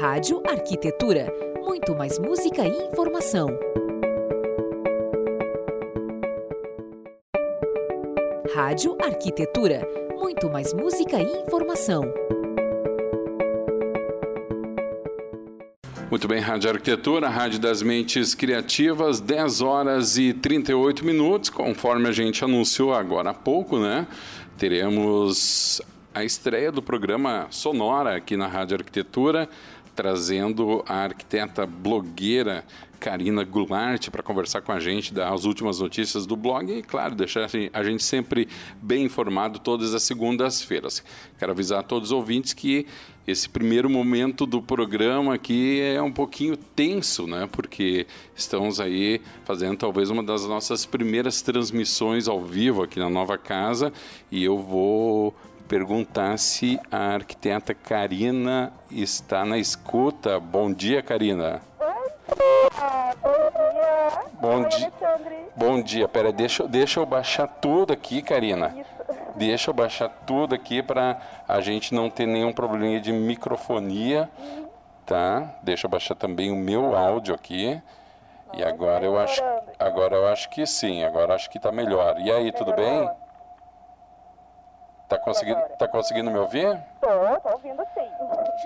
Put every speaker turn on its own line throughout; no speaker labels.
Rádio Arquitetura. Muito mais música e informação. Rádio Arquitetura. Muito mais música e informação.
Muito bem, Rádio Arquitetura, Rádio das Mentes Criativas, 10 horas e 38 minutos, conforme a gente anunciou agora há pouco, né? Teremos a estreia do programa Sonora aqui na Rádio Arquitetura, trazendo a arquiteta blogueira Karina Goulart para conversar com a gente, dar as últimas notícias do blog e, claro, deixar a gente sempre bem informado todas as segundas-feiras. Quero avisar a todos os ouvintes que esse primeiro momento do programa aqui é um pouquinho tenso, né? Porque estamos aí fazendo talvez uma das nossas primeiras transmissões ao vivo aqui na nova casa e eu vou perguntar se a arquiteta Karina está na escuta. Bom dia, Karina. Bom
Bom dia. Oi,
dia.
Alexandre.
Bom dia. Pera, deixa, eu- deixa eu baixar tudo aqui, Karina.
Isso.
Deixa eu baixar tudo aqui para a gente não ter nenhum probleminha de microfonia, tá? Deixa eu baixar também o meu áudio aqui. E
tá
agora eu acho,
melhorando.
agora eu acho que sim. Agora eu acho que tá melhor. E aí, tudo bem?
Melhorou.
Tá conseguindo,
Agora.
tá conseguindo me ouvir?
Tô, tô ouvindo sim.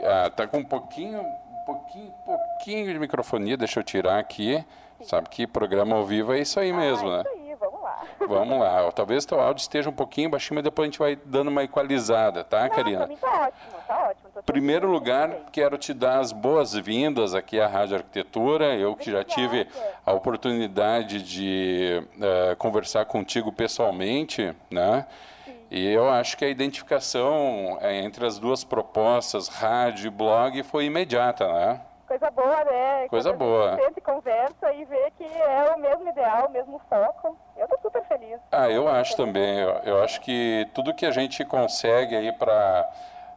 Ah, tá com um pouquinho, um pouquinho, pouquinho de microfonia. Deixa eu tirar aqui. Sabe que programa ao vivo é isso aí mesmo, né?
ah, Isso aí, vamos lá.
Vamos lá, ó, talvez teu áudio esteja um pouquinho baixinho, mas depois a gente vai dando uma equalizada, tá,
Não, pra
Karina?
mim tá ótimo, tá ótimo. tô te
Primeiro
ouvindo
lugar,
muito bem.
quero te dar as boas-vindas aqui à Rádio Arquitetura. Eu que já tive a oportunidade de eh, conversar contigo pessoalmente, né? E eu acho que a identificação eh, entre as duas propostas, rádio e blog, foi imediata, né?
Coisa boa, né?
Coisa
Quando
boa.
A gente sempre conversa e vê que é o mesmo ideal, o mesmo foco. Eu tô super feliz.
Ah, eu acho também. Eu, eu acho que tudo que a gente consegue aí para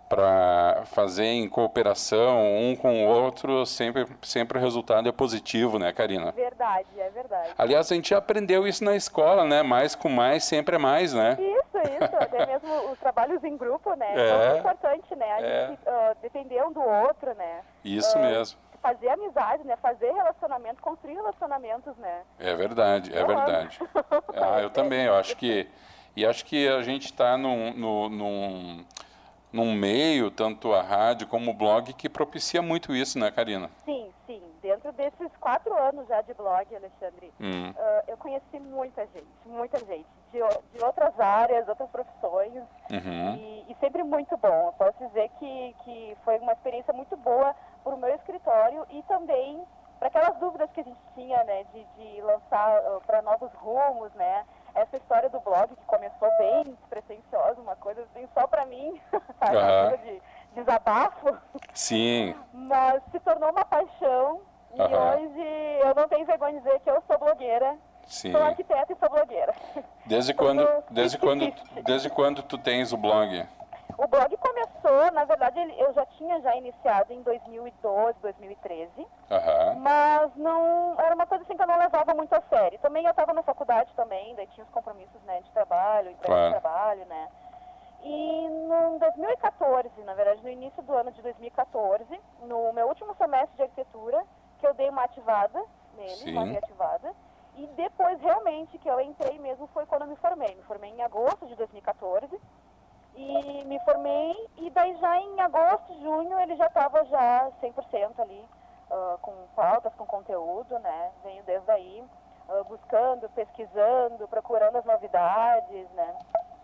para fazer em cooperação um com o outro, sempre sempre o resultado é positivo, né, Karina?
Verdade, é verdade.
Aliás, a gente já aprendeu isso na escola, né? Mais com mais sempre é mais, né?
Isso, isso. Até mesmo os trabalhos em grupo, né?
É.
muito importante, né? A
É.
gente ah, depender um do outro, né?
Isso
Ah,
mesmo.
Fazer amizade, né? Fazer relacionamento, construir relacionamentos, né?
É verdade, é
Eu amo.
verdade. Ah, eu também, eu acho que. E acho que a gente está num, num, num, num meio, tanto a rádio como o blog, que propicia muito isso, né, Karina?
Sim, sim. Dentro desses quatro anos já de blog, Alexandre,
Hum.
ah, eu conheci muita gente, muita gente. De, o- de outras áreas, outras profissões.
Uhum.
E, e sempre muito bom. Eu posso dizer que, que foi uma experiência muito boa para o meu escritório e também para aquelas dúvidas que a gente tinha, né? De, de lançar para novos rumos, né? Essa história do blog que começou bem despretensiosa, uma coisa assim, só para mim, sabe? Uma
Aham.
coisa de desabafo
Sim,
mas se tornou uma paixão. E
Aham.
hoje eu não tenho vergonha de dizer que eu sou blogueira,
sim.
sou arquiteta e sou blogueira.
Desde quando,
Eu sou
desde quando,
fifty-fifty.
desde quando tu tens o blog?
O blog começou, na verdade ele- eu já tinha já iniciado em 2012, 2013,
Aham.
mas não era uma coisa assim que eu não levava muito a sério. Também eu estava na faculdade também, daí tinha os compromissos né, de trabalho, entrega
Claro.
de trabalho, né? E em 2014, na verdade, no início do ano de 2014, no meu último semestre de arquitetura, que eu dei uma ativada nele, uma
Sim.
reativada. E depois, realmente, que eu entrei mesmo foi quando eu me formei. Me formei em agosto de 2014. E me formei, e daí já em agosto, junho, ele já estava já 100% ali, ah, com pautas, com conteúdo, né? Venho desde aí, ah, buscando, pesquisando, procurando as novidades, né?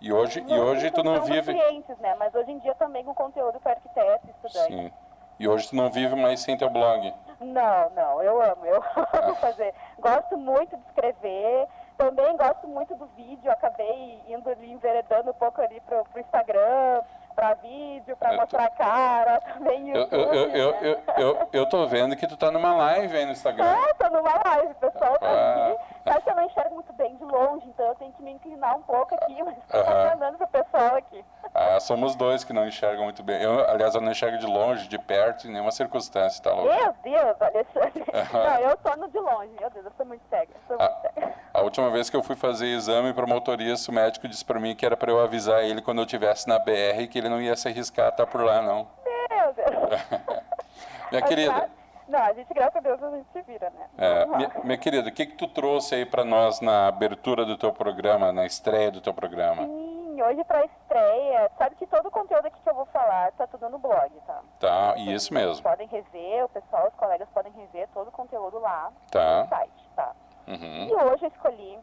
E hoje, e
Não,
hoje
em
tu não
função dos
vive.
clientes, né? Mas hoje em dia também com conteúdo para arquiteto, estudante.
Sim. E hoje tu não vive mais sem teu blog.
Não, não, eu amo, eu amo fazer. Gosto muito de escrever, também gosto muito do vídeo, acabei indo ali, enveredando um pouco ali pro, pro Instagram, pra vídeo, pra
Eu tô-
mostrar a cara, também
É, Eu,
YouTube,
eu, eu, eu,
né?
eu, eu, eu tô vendo que tu tá numa live aí no Instagram.
Ah, tô numa live, o pessoal tá
Ah.
aqui. Só que eu não enxergo muito bem de longe, então eu tenho que me inclinar um pouco aqui, mas tô
Aham.
mandando pro pessoal aqui.
Ah, somos dois que não enxergam muito bem. Eu, aliás, eu não enxergo de longe, de perto, em nenhuma circunstância, tá louco?
Meu Deus, Alexandre.
Aham.
Não, eu tô no de longe, meu Deus, eu sou muito cega, sou muito
Ah.
cega.
A última vez que eu fui fazer exame para motorista, o médico disse para mim que era para eu avisar ele tá quando eu estivesse na BR que ele não ia se arriscar a estar por lá, não.
Meu Deus.
Minha Tá querida,
Não, a gente, graças a Deus, a gente se vira, né?
é,
Vamos lá.
minha, minha querida, o que, que tu trouxe aí para nós na abertura do teu programa, na estreia do teu programa?
Sim, hoje pra estreia, sabe que todo o conteúdo aqui que eu vou falar tá tudo no blog, tá?
Tá, e isso
Vocês
mesmo.
Podem rever, o pessoal, os colegas podem rever todo o conteúdo lá
Tá.
no site, tá?
Uhum.
E hoje eu escolhi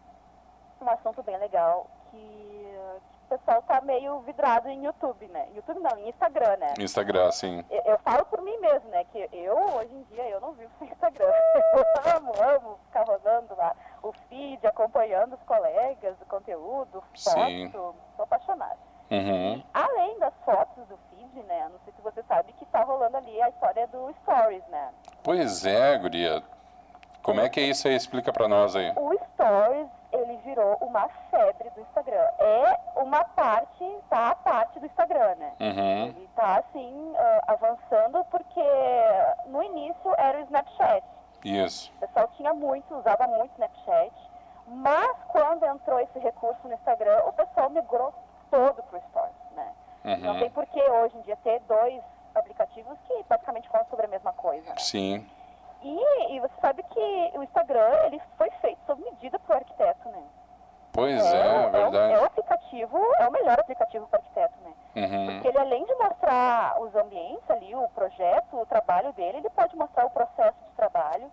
um assunto bem legal que, eh, que o pessoal tá meio vidrado em YouTube, né? YouTube não, em Instagram, né?
Instagram, sim.
Eu, eu falo por mim mesmo, né? Que eu, hoje em dia, eu não vivo sem Instagram. Eu amo, amo ficar rodando lá o feed, acompanhando os colegas, o conteúdo,
Sim.
foto. Sou apaixonada.
Uhum.
Além das fotos do feed, né? Não sei se você sabe que tá rolando ali a história do Stories, né?
Pois é, guria. Como é que é isso aí? Explica para nós aí.
O Stories, ele virou uma febre do Instagram. É uma parte, tá? A parte do Instagram, né?
Uhum.
Ele tá, assim, ah, avançando porque no início era o Snapchat.
Isso.
O pessoal tinha muito, usava muito Snapchat. Mas quando entrou esse recurso no Instagram, o pessoal migrou todo pro Stories, né? Não
Uhum.
tem por que hoje em dia ter dois aplicativos que basicamente falam sobre a mesma coisa. né?
Sim.
E, e você sabe que o Instagram, ele foi feito sob medida pro arquiteto, né?
Pois é, é
o- é o
verdade.
aplicativo, é o melhor aplicativo pro arquiteto, né?
Uhum.
Porque ele, além de mostrar os ambientes ali, o projeto, o trabalho dele, ele pode mostrar o processo de trabalho.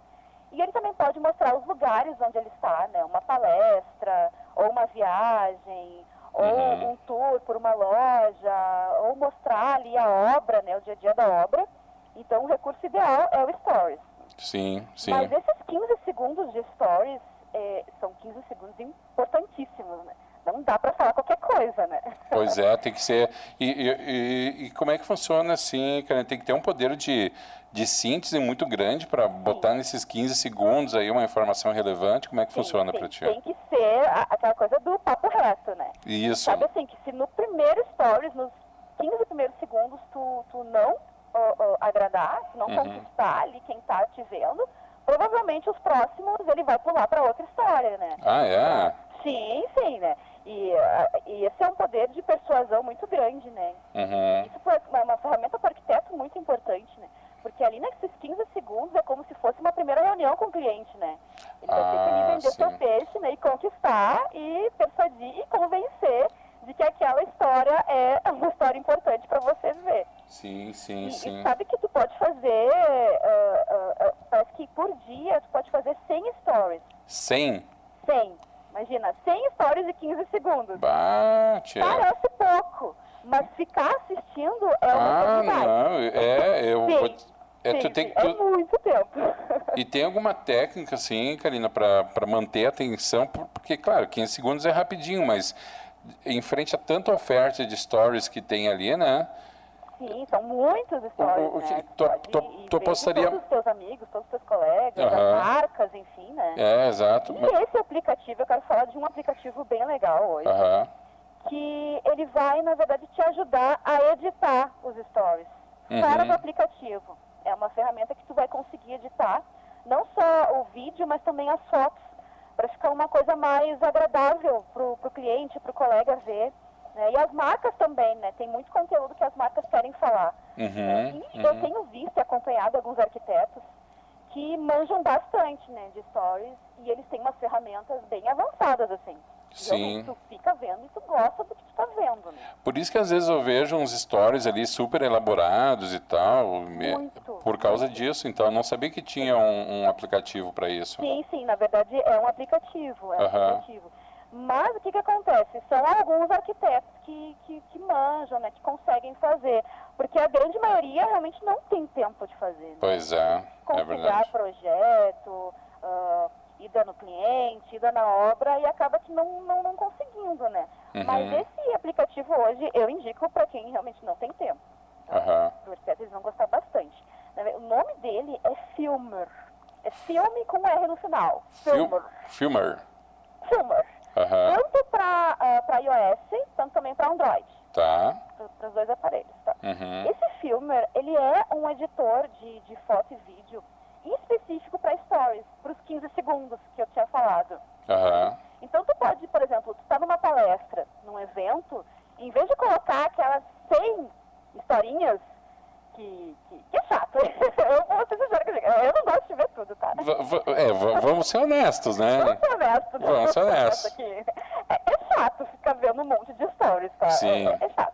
E ele também pode mostrar os lugares onde ele está, né? Uma palestra, ou uma viagem, ou
Uhum.
um tour por uma loja, ou mostrar ali a obra, né? O dia a dia da obra. Então, o recurso ideal é o Stories.
Sim, sim.
Mas esses 15 segundos de Stories eh, são 15 segundos importantíssimos, né? Não dá para falar qualquer coisa, né?
Pois é, tem que ser. E, e- e- e como é que funciona assim, cara? Tem que ter um poder de, de síntese muito grande para botar nesses 15 segundos aí uma informação relevante. Como é que
Sim,
funciona
sim.
para ti?
Tem que ser a- aquela coisa do papo reto, né?
Isso.
Sabe assim, que se no primeiro stories, nos 15 primeiros segundos, tu, tu não ó, ó, agradar, se não
Uhum.
conquistar ali quem tá te vendo, provavelmente os próximos ele vai pular para outra história, né?
Ah, é?
Sim, sim, né? E, ah, e esse é um poder de persuasão muito grande, né?
Uhum.
Isso foi uma, uma ferramenta para o arquiteto muito importante, né? Porque ali nesses 15 segundos é como se fosse uma primeira reunião com o cliente, né? Ele vai ter que
Ah,
ali vender
sim.
seu peixe, né? E conquistar, e persuadir e convencer de que aquela história é uma história importante para você ver.
Sim,
E,
sim,
e
sim.
sabe que tu pode fazer, ah, ah, ah, parece que por dia tu pode fazer 100 stories.
100?
100. Imagina, 100 stories de 15 segundos.
Bate.
Parece pouco, mas ficar assistindo é uma
Ah,
oportunidade.
não. É, eu
Sim,
vou. te- É, tu
Sim,
tem
sim,
que.
é
tu-
muito tempo.
E tem alguma técnica, assim, Karina, para manter a atenção? Por- Porque, claro, 15 segundos é rapidinho, mas em frente a tanta oferta de stories que tem ali, né?
Sim, são muitos stories,
o que-
né?
tu-
Pode
tu-
ir
tu
ver com
apostaria-
Todos os teus amigos, todos os teus colegas,
Aham.
as marcas, enfim, né?
É, exato. mas-
E esse aplicativo, eu quero falar de um aplicativo bem legal hoje,
Aham.
que ele vai, na verdade, te ajudar a editar os stories.
Uhum.
Para o aplicativo. É uma ferramenta que tu vai conseguir editar, não só o vídeo, mas também as fotos, para ficar uma coisa mais agradável pro, pro cliente, pro colega ver. né? E as marcas também, né? Tem muito conteúdo que as marcas querem falar.
Uhum.
E eu tenho visto e acompanhado alguns arquitetos que manjam bastante, né, de stories e eles têm umas ferramentas bem avançadas, assim.
Sim.
Realmente, tu fica vendo e tu gosta do que tu tá vendo, né?
Por isso que às vezes eu vejo uns stories ali super elaborados e tal. me-
Muito.
Por causa disso, então eu não sabia que tinha um, um aplicativo para isso.
Sim, sim, na verdade é um aplicativo, é um
Aham.
aplicativo. Mas o que que acontece? São alguns arquitetos que, que, que manjam, né, que conseguem fazer. Porque a grande maioria realmente não tem tempo de fazer, né?
Pois é, é
conciliar
verdade.
projeto, ah, ida no cliente, ida na obra e acaba que não, não, não conseguindo, né?
Uhum.
Mas esse aplicativo hoje eu indico para quem realmente não tem tempo.
Aham.
Pro arquiteto eles vão gostar bastante. Na ve- O nome dele é Filmer. É filme com R no final.
Fil- Ah.
Filmer.
Filmer.
Filmer.
Aham.
Tanto para para iOS, tanto também para Android,
Tá.
para os dois aparelhos, tá?
Uhum.
Esse Filmer, ele é um editor de, de foto e vídeo em específico para stories, para os 15 segundos que eu tinha falado.
Aham.
Então tu pode, por exemplo, tu tá numa palestra, num evento, em vez de colocar aquelas 100 historinhas que, que, que é chato, eu tá?
é, v- vamos ser honestos, né?
Vamos ser honestos.
Vamos ser honestos.
aqui. É, é chato ficar vendo um monte de stories, tá? É-
Sim.
É, é chato.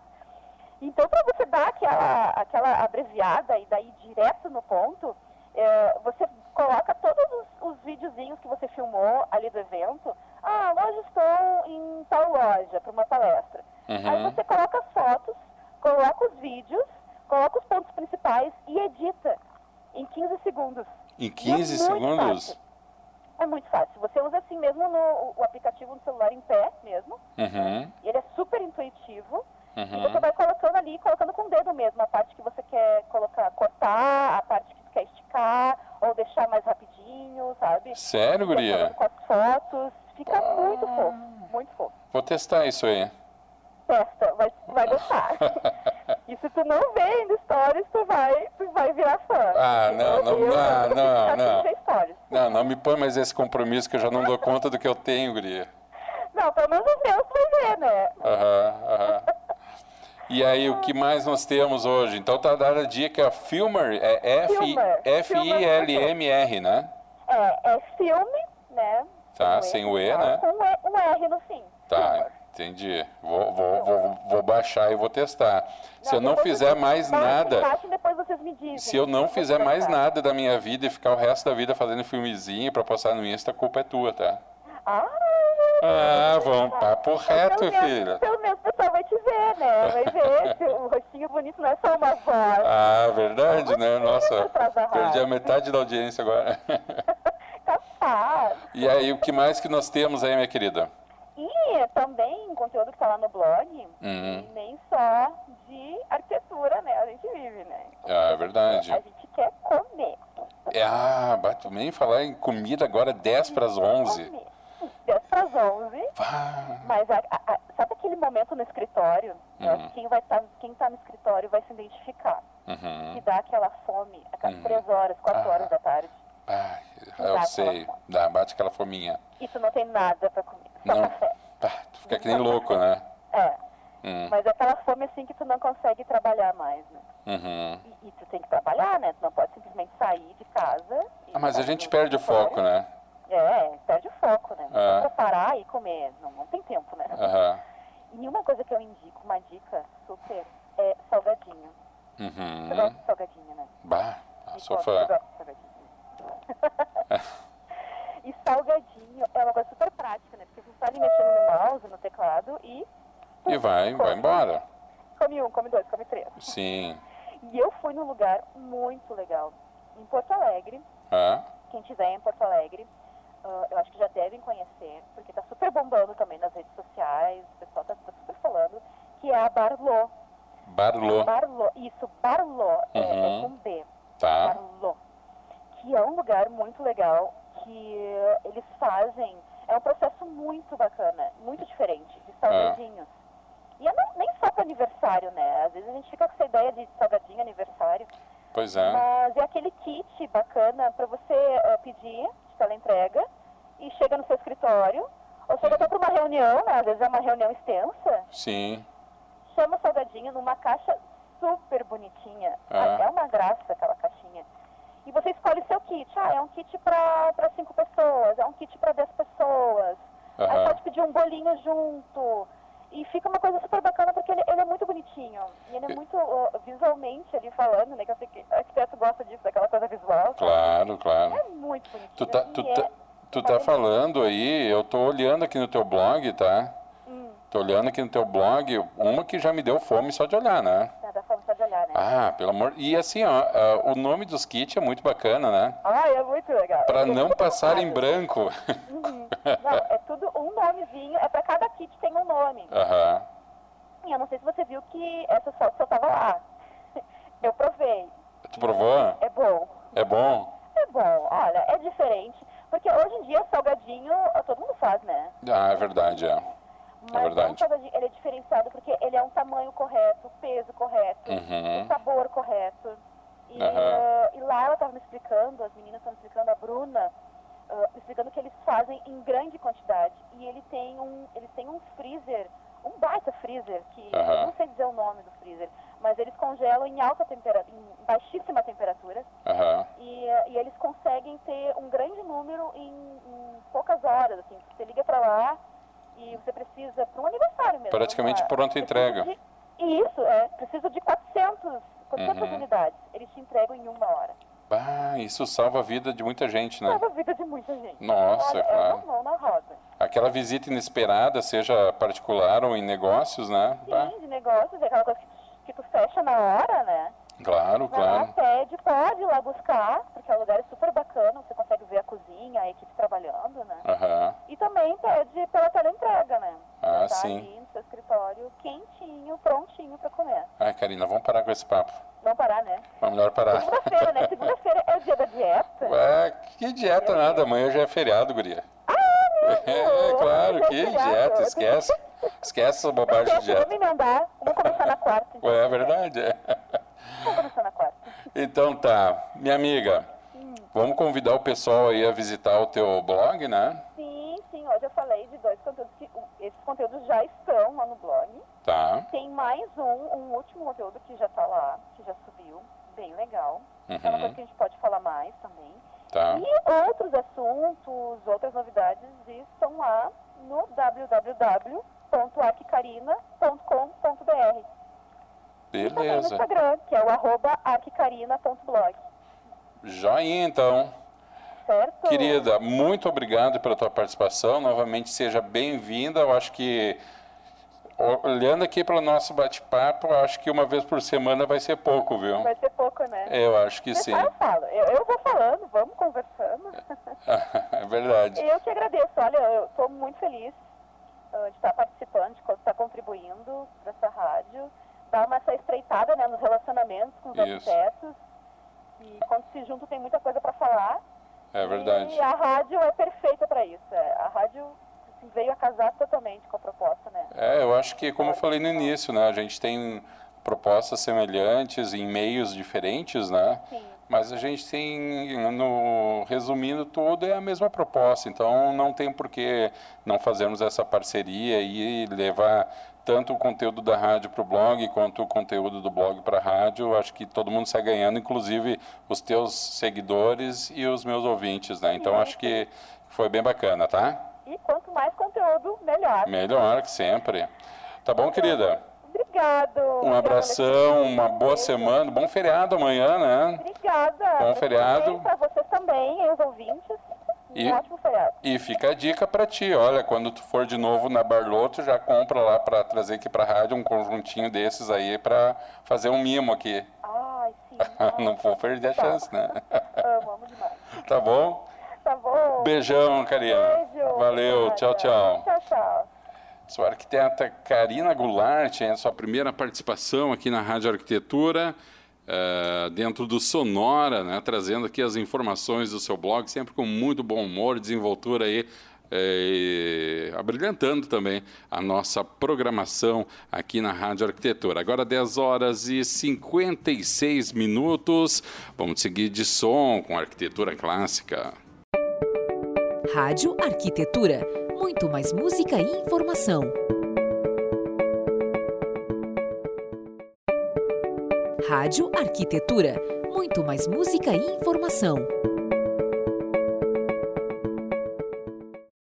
Então, para você dar aquela, aquela abreviada e daí direto no ponto, é, você coloca todos os, os videozinhos que você filmou ali do evento. Ah, hoje estou em tal loja para uma palestra. Aí
Uhum.
você coloca as fotos, coloca os vídeos, coloca os pontos principais e edita em 15 segundos.
Em
E é
15
muito
segundos?
fácil. É muito fácil. Você usa assim mesmo no o aplicativo no celular em pé mesmo.
Uhum.
E ele é super intuitivo. E você
Uhum.
vai colocando ali, colocando com o dedo mesmo, a parte que você quer colocar, cortar, a parte que tu quer esticar, ou deixar mais rapidinho, sabe?
Sério,
Vai
guria? Ah.
colando Com as fotos. Fica muito fofo, muito fofo.
Vou testar isso aí.
Testa, vai,
Ah.
vai gostar. e se tu não vê ainda stories, tu vai, tu vai virar fã.
Ah, não, não, não, não,
Tá
não.
sem ver stories.
Não, não me põe mais esse compromisso que eu já não dou conta do que eu tenho, guria.
Não, pelo menos os meus tu vai ver, né?
Aham, aham. E aí, o que mais nós temos hoje? Então tá dada a dica, Filmer, é F-
Filmer.
F-I-L-M-R, né?
É, é filme, né?
Tá,
Com
sem o E, né?
Com o E- um R no fim.
Tá, entendi. Vou, vou, vou, vou baixar e vou testar. Se eu não
depois
fizer
vocês
mais
baixem,
nada,
baixem, depois vocês me dizem.
se eu não
Vocês
fizer
vão
mais
gostar.
nada da minha vida e ficar o resto da vida fazendo filmezinho pra postar no Insta, a culpa é tua, tá?
Ah,
Ah, vamos, papo reto,
pelo menos-
filha.
Pelo menos o pessoal vai te ver, né? Vai ver se o rostinho bonito não é só uma voz.
Ah, verdade, né? Nossa,
Atrás da
perdi a
rádio.
metade da audiência agora. Ah.
Tá Capaz.
E aí, o que mais que nós temos aí, minha querida?
E também conteúdo que está lá no blog,
Uhum.
e nem só de arquitetura, né? A gente vive, né?
Ah, é verdade.
A gente quer comer.
É, ah, bato nem falar em comida agora, 10 para as 11.
Comer. 10 para as 11.
Pá.
Mas a- a- a- sabe aquele momento no escritório? Eu acho
Uhum.
que Quem vai tá, quem tá no escritório vai se identificar.
Uhum.
Que dá aquela fome, aquelas
Uhum.
três horas, quatro
Ah.
horas da tarde.
Ai, eu
aquela
sei.
fome.
Dá, bate aquela fominha.
E tu não tem nada pra comer, só
Não.
café.
Pá, tu fica que nem louco, né?
É,
Hum,
mas é aquela fome assim que tu não consegue trabalhar mais, né?
uhum.
E, e tu tem que trabalhar, né? Tu não pode simplesmente sair de casa. e
Ah, mas a
ficar
gente
no
perde o
escritório.
foco, né?
É, perde o foco, né? Não
É.
dá pra parar e comer, não, não tem tempo, né?
Aham.
E uma coisa que eu indico, uma dica super, é salgadinho. Você gosta
Uhum.
de salgadinho, né?
Bah,
Me
Ah, sou
conta,
fã.
você gosta de salgadinho? e salgadinho é uma coisa super prática, né? Porque você está ali mexendo no mouse, no teclado e
E vai, vai embora.
come um, come dois, come três.
Sim.
E eu fui num lugar muito legal, em Porto Alegre.
Ah,
Quem tiver em Porto Alegre, ah, eu acho que já devem conhecer, porque tá super bombando também nas redes sociais, o pessoal tá, tá super falando, que é a Barlô.
barulho,
Barlô, isso, Barlô, é, é
Uhum.
com B.
tá?
Carlo, que é um lugar muito legal, que eh, eles fazem, é um processo muito bacana, muito diferente, de salgadinhos. E é não- nem só para aniversário, né? Às vezes a gente fica com essa ideia de salgadinho, aniversário,
Pois é.
mas é aquele kit bacana para você eh, pedir de teleentrega e chega no seu escritório, ou
Uhum.
chega até para uma reunião, né? Às vezes é uma reunião extensa,
Sim.
chama o salgadinho numa caixa super bonitinha.
Ah.
É uma graça aquela caixinha. E você escolhe seu kit. Ah, é um kit para cinco pessoas, é um kit para 10 pessoas. Aí
Aham.
pode pedir um bolinho junto. E fica uma coisa super bacana porque ele, ele é muito bonitinho. E ele é
E-
muito ó, visualmente ali falando, né? Que eu sei que arquiteto gosta disso, daquela coisa visual.
Claro, claro.
É muito bonitinho.
Tu tá,
e
tu
é-
tá, tu tá falando aí, eu tô olhando aqui no teu blog, tá?
Hum,
Tô olhando aqui no teu blog, uma que já me deu fome só de olhar, né?
dá- dá forma só de olhar, né?
Ah, pelo amor. E assim, ó, ah, o nome dos kits é muito bacana, né?
Ai, é muito legal.
Pra
Eu fiquei
não
super
passar em
tocada.
branco.
Uhum. Não, é tudo um nomezinho, é pra cada kit tem um nome.
Aham.
E eu não sei se você viu que essa foto eu tava lá. Eu provei,
Tu provou?
é bom.
É bom?
É bom, olha, é diferente. Porque hoje em dia salgadinho ó, todo mundo faz, né?
Ah, é verdade, é.
Mas
verdade.
um salgadinho, ele é diferenciado porque ele é um tamanho correto, peso correto,
Uhum.
o sabor correto. E,
Aham.
eh, e lá ela tava me explicando, as meninas estavam me explicando, a Bruna, eh, me explicando que eles fazem em grande quantidade. E ele tem um, eles têm um freezer, um baita freezer, que
Aham.
eu não sei dizer o nome do freezer, mas eles congelam em alta temperatura, em baixíssima temperatura,
Aham.
e, eh, e eles conseguem ter um gran- horas, assim, você liga para lá e você precisa para um aniversário mesmo.
Praticamente
uma-
pronta
precisa
entrega.
de- Isso, é, precisa de 400, 400
Uhum.
unidades. Eles te entregam em uma hora.
Ah, isso salva a vida de muita gente, né?
Salva a vida de muita gente.
Nossa,
Olha,
claro.
É uma mão na roda.
Aquela visita inesperada, seja particular ou em negócios, né? Bah,
Sim, de negócios, é aquela coisa que tu- que tu fecha na hora, né?
claro,
Vai lá,
claro.
pede, pode ir lá buscar, porque o lugar é super bacana, você consegue ver a cozinha, a equipe trabalhando, né?
Aham.
E também pede pela teleentrega, né?
Ah,
Já tá
sim.
ali no seu escritório, quentinho, prontinho pra comer.
Ai, Karina, vamos parar com esse papo.
Não parar, né?
Vamos melhor parar.
Segunda-feira, né? Segunda-feira é o dia da dieta.
Ué, que dieta nada, amanhã já é feriado, guria. É, claro, que dieta, esquece. Esquece essa bobagem de dieta.
Esquece, Vamos emendar, vamos começar na quarta. então.
Ué, é verdade, é.
Vamos começar na quarta.
Então tá, minha amiga, vamos convidar o pessoal aí a visitar o teu blog, né?
Sim, sim, hoje eu falei de dois conteúdos que um, esses conteúdos já estão lá no blog.
Tá.
Tem mais um, um último conteúdo que já tá lá, que já subiu, bem legal. É uma coisa
Uhum,
que a gente pode falar mais também.
tá.
E outros assuntos, outras novidades estão lá no www.arquicarina.com.br. E também no
Beleza.
Instagram, que é o arroba arquicarina.blog.
Joinha então.
Certo?
Querida, muito obrigado pela tua participação. Novamente, seja bem-vinda. Eu acho que, olhando aqui para o nosso bate-papo, eu acho que uma vez por semana vai ser pouco, viu?
Vai ser pouco, né?
Eu acho que
Mas
É, sim.
tá, Eu falo, eu, eu vou falando, vamos conversando.
É verdade.
Eu que agradeço, olha, eu estou muito feliz ah, de estar participando, de co- estar contribuindo para essa rádio, dar uma essa estreitada né, nos relacionamentos com os
Isso.
arquitetos. E quando se juntam tem muita coisa para falar.
É verdade.
E a rádio é perfeita para isso. é. A rádio assim, veio a casar totalmente com a proposta, né?
É, eu acho que, como eu falei no início, né? A gente tem propostas semelhantes em meios diferentes, né?
Sim.
Mas a gente tem, no, resumindo tudo, é a mesma proposta. Então, não tem por que não fazermos essa parceria e levar tanto o conteúdo da rádio para o blog quanto o conteúdo do blog para a rádio. Eu Acho que todo mundo sai ganhando, inclusive os teus seguidores e os meus ouvintes, né? Então, acho que foi bem bacana, tá?
E quanto mais conteúdo, melhor.
Melhor que sempre. Tá bom, querida?
Obrigado.
Um abração, uma boa semana, bom feriado amanhã, né?
Obrigada.
Bom feriado.
Para vocês também, e os ouvintes.
E-
Um ótimo feriado.
E fica a dica pra ti, olha, quando tu for de novo na Barloto, já compra lá pra trazer aqui pra rádio um conjuntinho desses aí pra fazer um mimo aqui.
Ai, sim.
Não vou perder a chance, né?
Amo, amo demais.
Tá bom?
Tá bom?
Beijão, Karina.
Beijo.
Valeu,
obrigada.
tchau, tchau.
Tchau, tchau.
Sou a arquiteta Karina Goulart, é a sua primeira participação aqui na Rádio Arquitetura, eh, dentro do Sonora, né, trazendo aqui as informações do seu blog, sempre com muito bom humor, desenvoltura aí, eh, e abrilhantando também a nossa programação aqui na Rádio Arquitetura. Agora 10 horas e 56 minutos, vamos seguir de som com arquitetura clássica.
Rádio Arquitetura. Muito mais música e informação. Rádio Arquitetura. Muito mais música e informação.